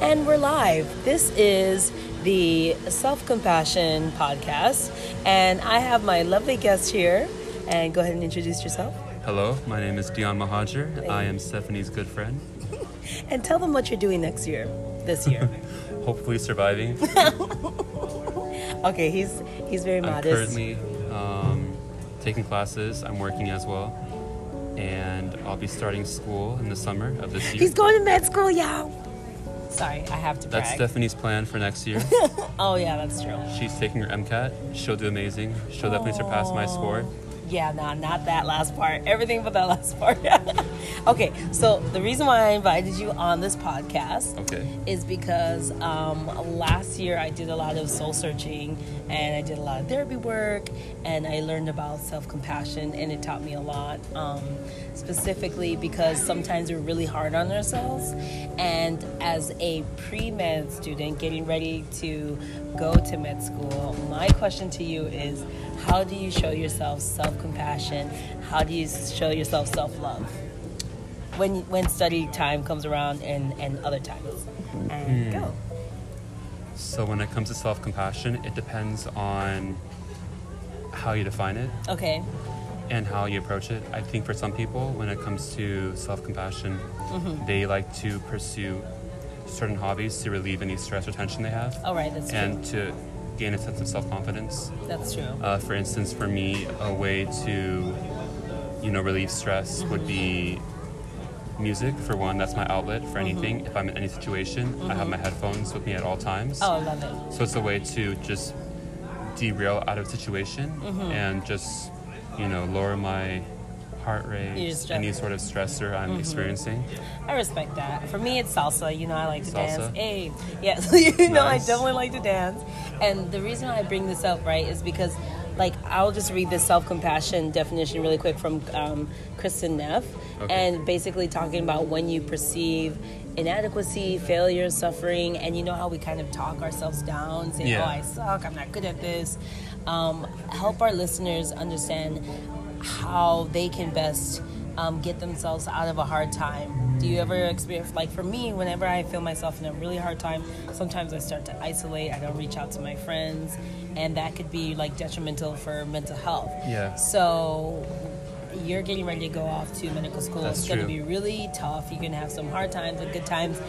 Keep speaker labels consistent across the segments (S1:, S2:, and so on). S1: And we're live. This is the Self Compassion Podcast. And I have my lovely guest here. And go ahead and introduce yourself
S2: Hello, my name is Dion Mahajer. I am Stephanie's good friend.
S1: and tell them what you're doing next year, this year.
S2: Hopefully surviving.
S1: okay, he's he's very
S2: I'm
S1: modest.
S2: currently um, taking classes. I'm working as well, and I'll be starting school in the summer of this year.
S1: He's going to med school, y'all. Sorry, I have to
S2: That's
S1: brag.
S2: Stephanie's plan for next year.
S1: oh yeah, that's true.
S2: She's taking her MCAT. She'll do amazing. She'll definitely surpass my score.
S1: Yeah, nah, not that last part. Everything but that last part. okay, so the reason why I invited you on this podcast
S2: Okay.
S1: is because um, last year I did a lot of soul searching and I did a lot of therapy work and I learned about self compassion and it taught me a lot. Um, specifically because sometimes we're really hard on ourselves. And as a pre med student getting ready to go to med school, my question to you is how do you show yourself self compassion? How do you show yourself self love? when when study time comes around and and other times and
S2: Hmm.
S1: go
S2: So when it comes to self-compassion, it depends on how you define it.
S1: okay
S2: and how you approach it. I think for some people, when it comes to self compassion, they like to pursue certain hobbies to relieve any stress or tension they have
S1: all right that's
S2: and to gain a sense of self confidence.
S1: true that's true
S2: Uh, for instance, for me, a way to you know relieve stress would be music for one that's my outlet for anything if i'm in any situation i have my headphones with me at all times
S1: oh i love it
S2: so it's a way to just derail out of situation and just, you know, lower my heart
S1: You're
S2: rate,
S1: just
S2: any
S1: stressed.
S2: sort of stressor I'm experiencing.
S1: i respect that for me it's salsa you know i like to dance
S2: Salsa?
S1: hey yeah so you know i
S2: Nice.
S1: definitely like to dance and the reason i bring this up right is because like i'll just read this self-compassion definition really quick from um, kristen neff
S2: Okay.
S1: and basically talking about when you perceive inadequacy failure suffering and you know how we kind of talk ourselves down saying
S2: Yeah.
S1: oh i suck. I'm not good at this. Um, help our listeners understand how they can best um, get themselves out of a hard time. Do you ever experience, like for me, whenever I feel myself in a really hard time, sometimes I start to isolate, I don't reach out to my friends, and that could be like detrimental for mental health.
S2: Yeah.
S1: So you're getting ready to go off to medical school.
S2: That's
S1: it's going to
S2: true.
S1: be really tough. You're going to have some hard times and good times.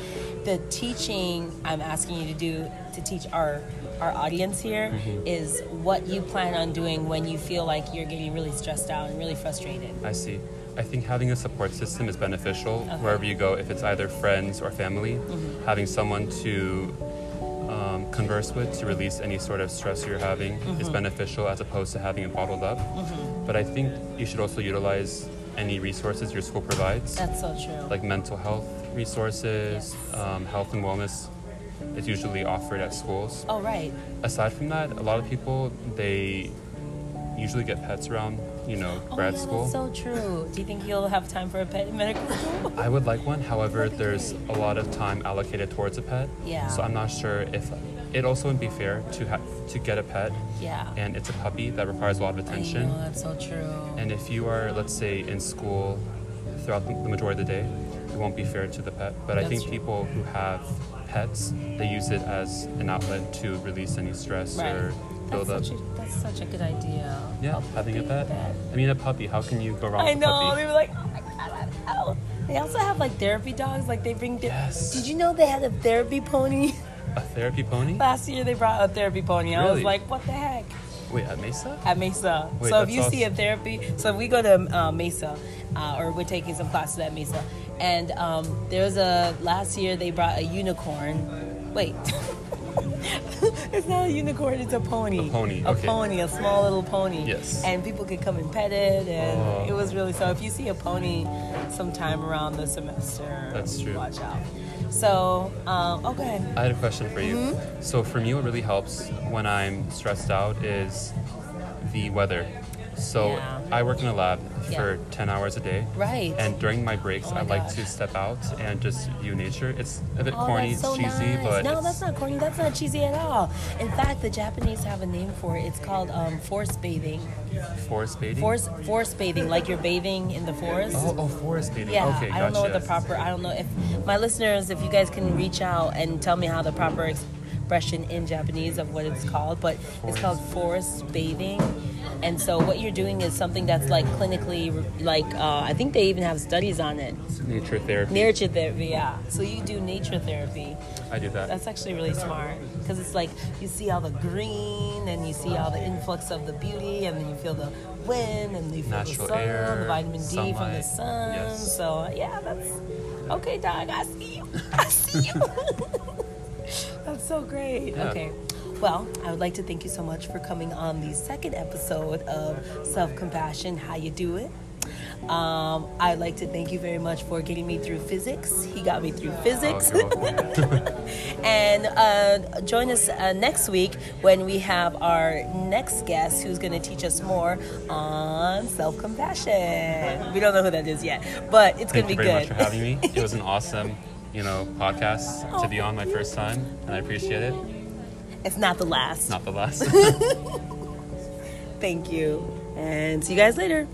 S1: The teaching I'm asking you to do to teach our our audience here is
S2: Mm-hmm.
S1: what you plan on doing when you feel like you're getting really stressed out and really frustrated.
S2: I see. I think having a support system is beneficial wherever you go, if it's either friends or family, having someone to um, converse with to release any sort of stress you're having is beneficial as opposed to having it bottled up. But I think you should also utilize any resources your school provides.
S1: That's so true.
S2: like mental health resources,
S1: Yes.
S2: um, health and wellness is usually offered at schools.
S1: oh right.
S2: Aside from that, a lot of people they usually get pets around, you know,
S1: Oh,
S2: grad
S1: yeah,
S2: school.
S1: That's so true. Do you think you'll have time for a pet in medical school?
S2: I would like one. However, there's a lot of time allocated towards a pet.
S1: Yeah.
S2: So I'm not sure if it also wouldn't be fair to ha- to get a pet
S1: yeah.
S2: and it's a puppy that requires a lot of
S1: I
S2: attention.
S1: know, that's so true.
S2: And if you are, let's say, in school throughout the majority of the day, it won't be fair to the pet. But I
S1: That's
S2: think
S1: true.
S2: people who have pets, they use it as an outlet to release any stress
S1: right.
S2: or build
S1: That's such,
S2: up.
S1: a, that's such a good idea.
S2: yeah, having a pet. I mean, a puppy. How can you go wrong
S1: I
S2: with a
S1: know.
S2: puppy?
S1: They were like, oh my god, ow. They also have like therapy dogs. Like they bring. Th-
S2: Yes.
S1: Did you know they had a therapy pony
S2: A therapy pony?
S1: last year? They brought a therapy pony. I was
S2: Really?
S1: like, what the heck?
S2: Wait, at Mesa?
S1: At Mesa.
S2: Wait,
S1: so if
S2: that's
S1: you see a
S2: awesome.
S1: therapy, so if we go to uh, Mesa, uh, or we're taking some classes at Mesa, and um, there was a last year they brought a unicorn. Wait. It's not a unicorn, it's a pony.
S2: A pony,
S1: A
S2: okay.
S1: pony, a small little pony.
S2: Yes.
S1: And people could come and pet it, and
S2: Oh.
S1: it was really so. If you see a pony sometime around the semester,
S2: That's true.
S1: Watch out. So, um, oh, go ahead.
S2: I had a question for you.
S1: Mm-hmm.
S2: So for me, what really helps when I'm stressed out is the weather. So
S1: Yeah.
S2: I work in a lab for
S1: Yeah.
S2: 10 hours a day.
S1: Right.
S2: And during my breaks,
S1: Oh my
S2: I like
S1: gosh.
S2: to step out and just view nature. It's a bit
S1: Oh,
S2: corny,
S1: that's so
S2: it's cheesy,
S1: nice.
S2: but
S1: no,
S2: it's,
S1: that's not corny. That's not cheesy at all. In fact, the Japanese have a name for it. It's called um, forest bathing.
S2: forest bathing.
S1: Forest forest bathing, like you're bathing in the forest.
S2: Oh, oh, forest bathing.
S1: Yeah,
S2: okay,
S1: I don't know what the
S2: gotcha.
S1: proper. I don't know if my listeners, if you guys can reach out and tell me how the proper expression in Japanese of what it's called, but it's called forest bathing. And so what you're doing is something that's like clinically, like uh, I think they even have studies on it.
S2: Nature therapy.
S1: Nature therapy, yeah. So you do nature therapy.
S2: I do that.
S1: That's actually really smart because it's like you see all the green and you see all the influx of the beauty, and then you feel the wind and you feel
S2: Natural
S1: the sun,
S2: air,
S1: the vitamin D from the
S2: sunlight.
S1: sun.
S2: Yes.
S1: So yeah, that's okay, dog. I see you. I see you. that's so great.
S2: Yeah.
S1: Okay. Well, I would like to thank you so much for coming on the second episode of Self Compassion. How you do it? Um, I'd like to thank you very much for getting me through physics. He got me through physics.
S2: Oh, you're welcome.
S1: And uh, join us uh, next week when we have our next guest who's going to teach us more on self compassion. We don't know who that is yet, but it's going
S2: Thank
S1: to
S2: you
S1: be
S2: very much
S1: good.
S2: for having me. It was an awesome, you know, podcast to be on my first time, and I appreciate it.
S1: it's not the last.
S2: Not the last.
S1: Thank you. And see you guys later.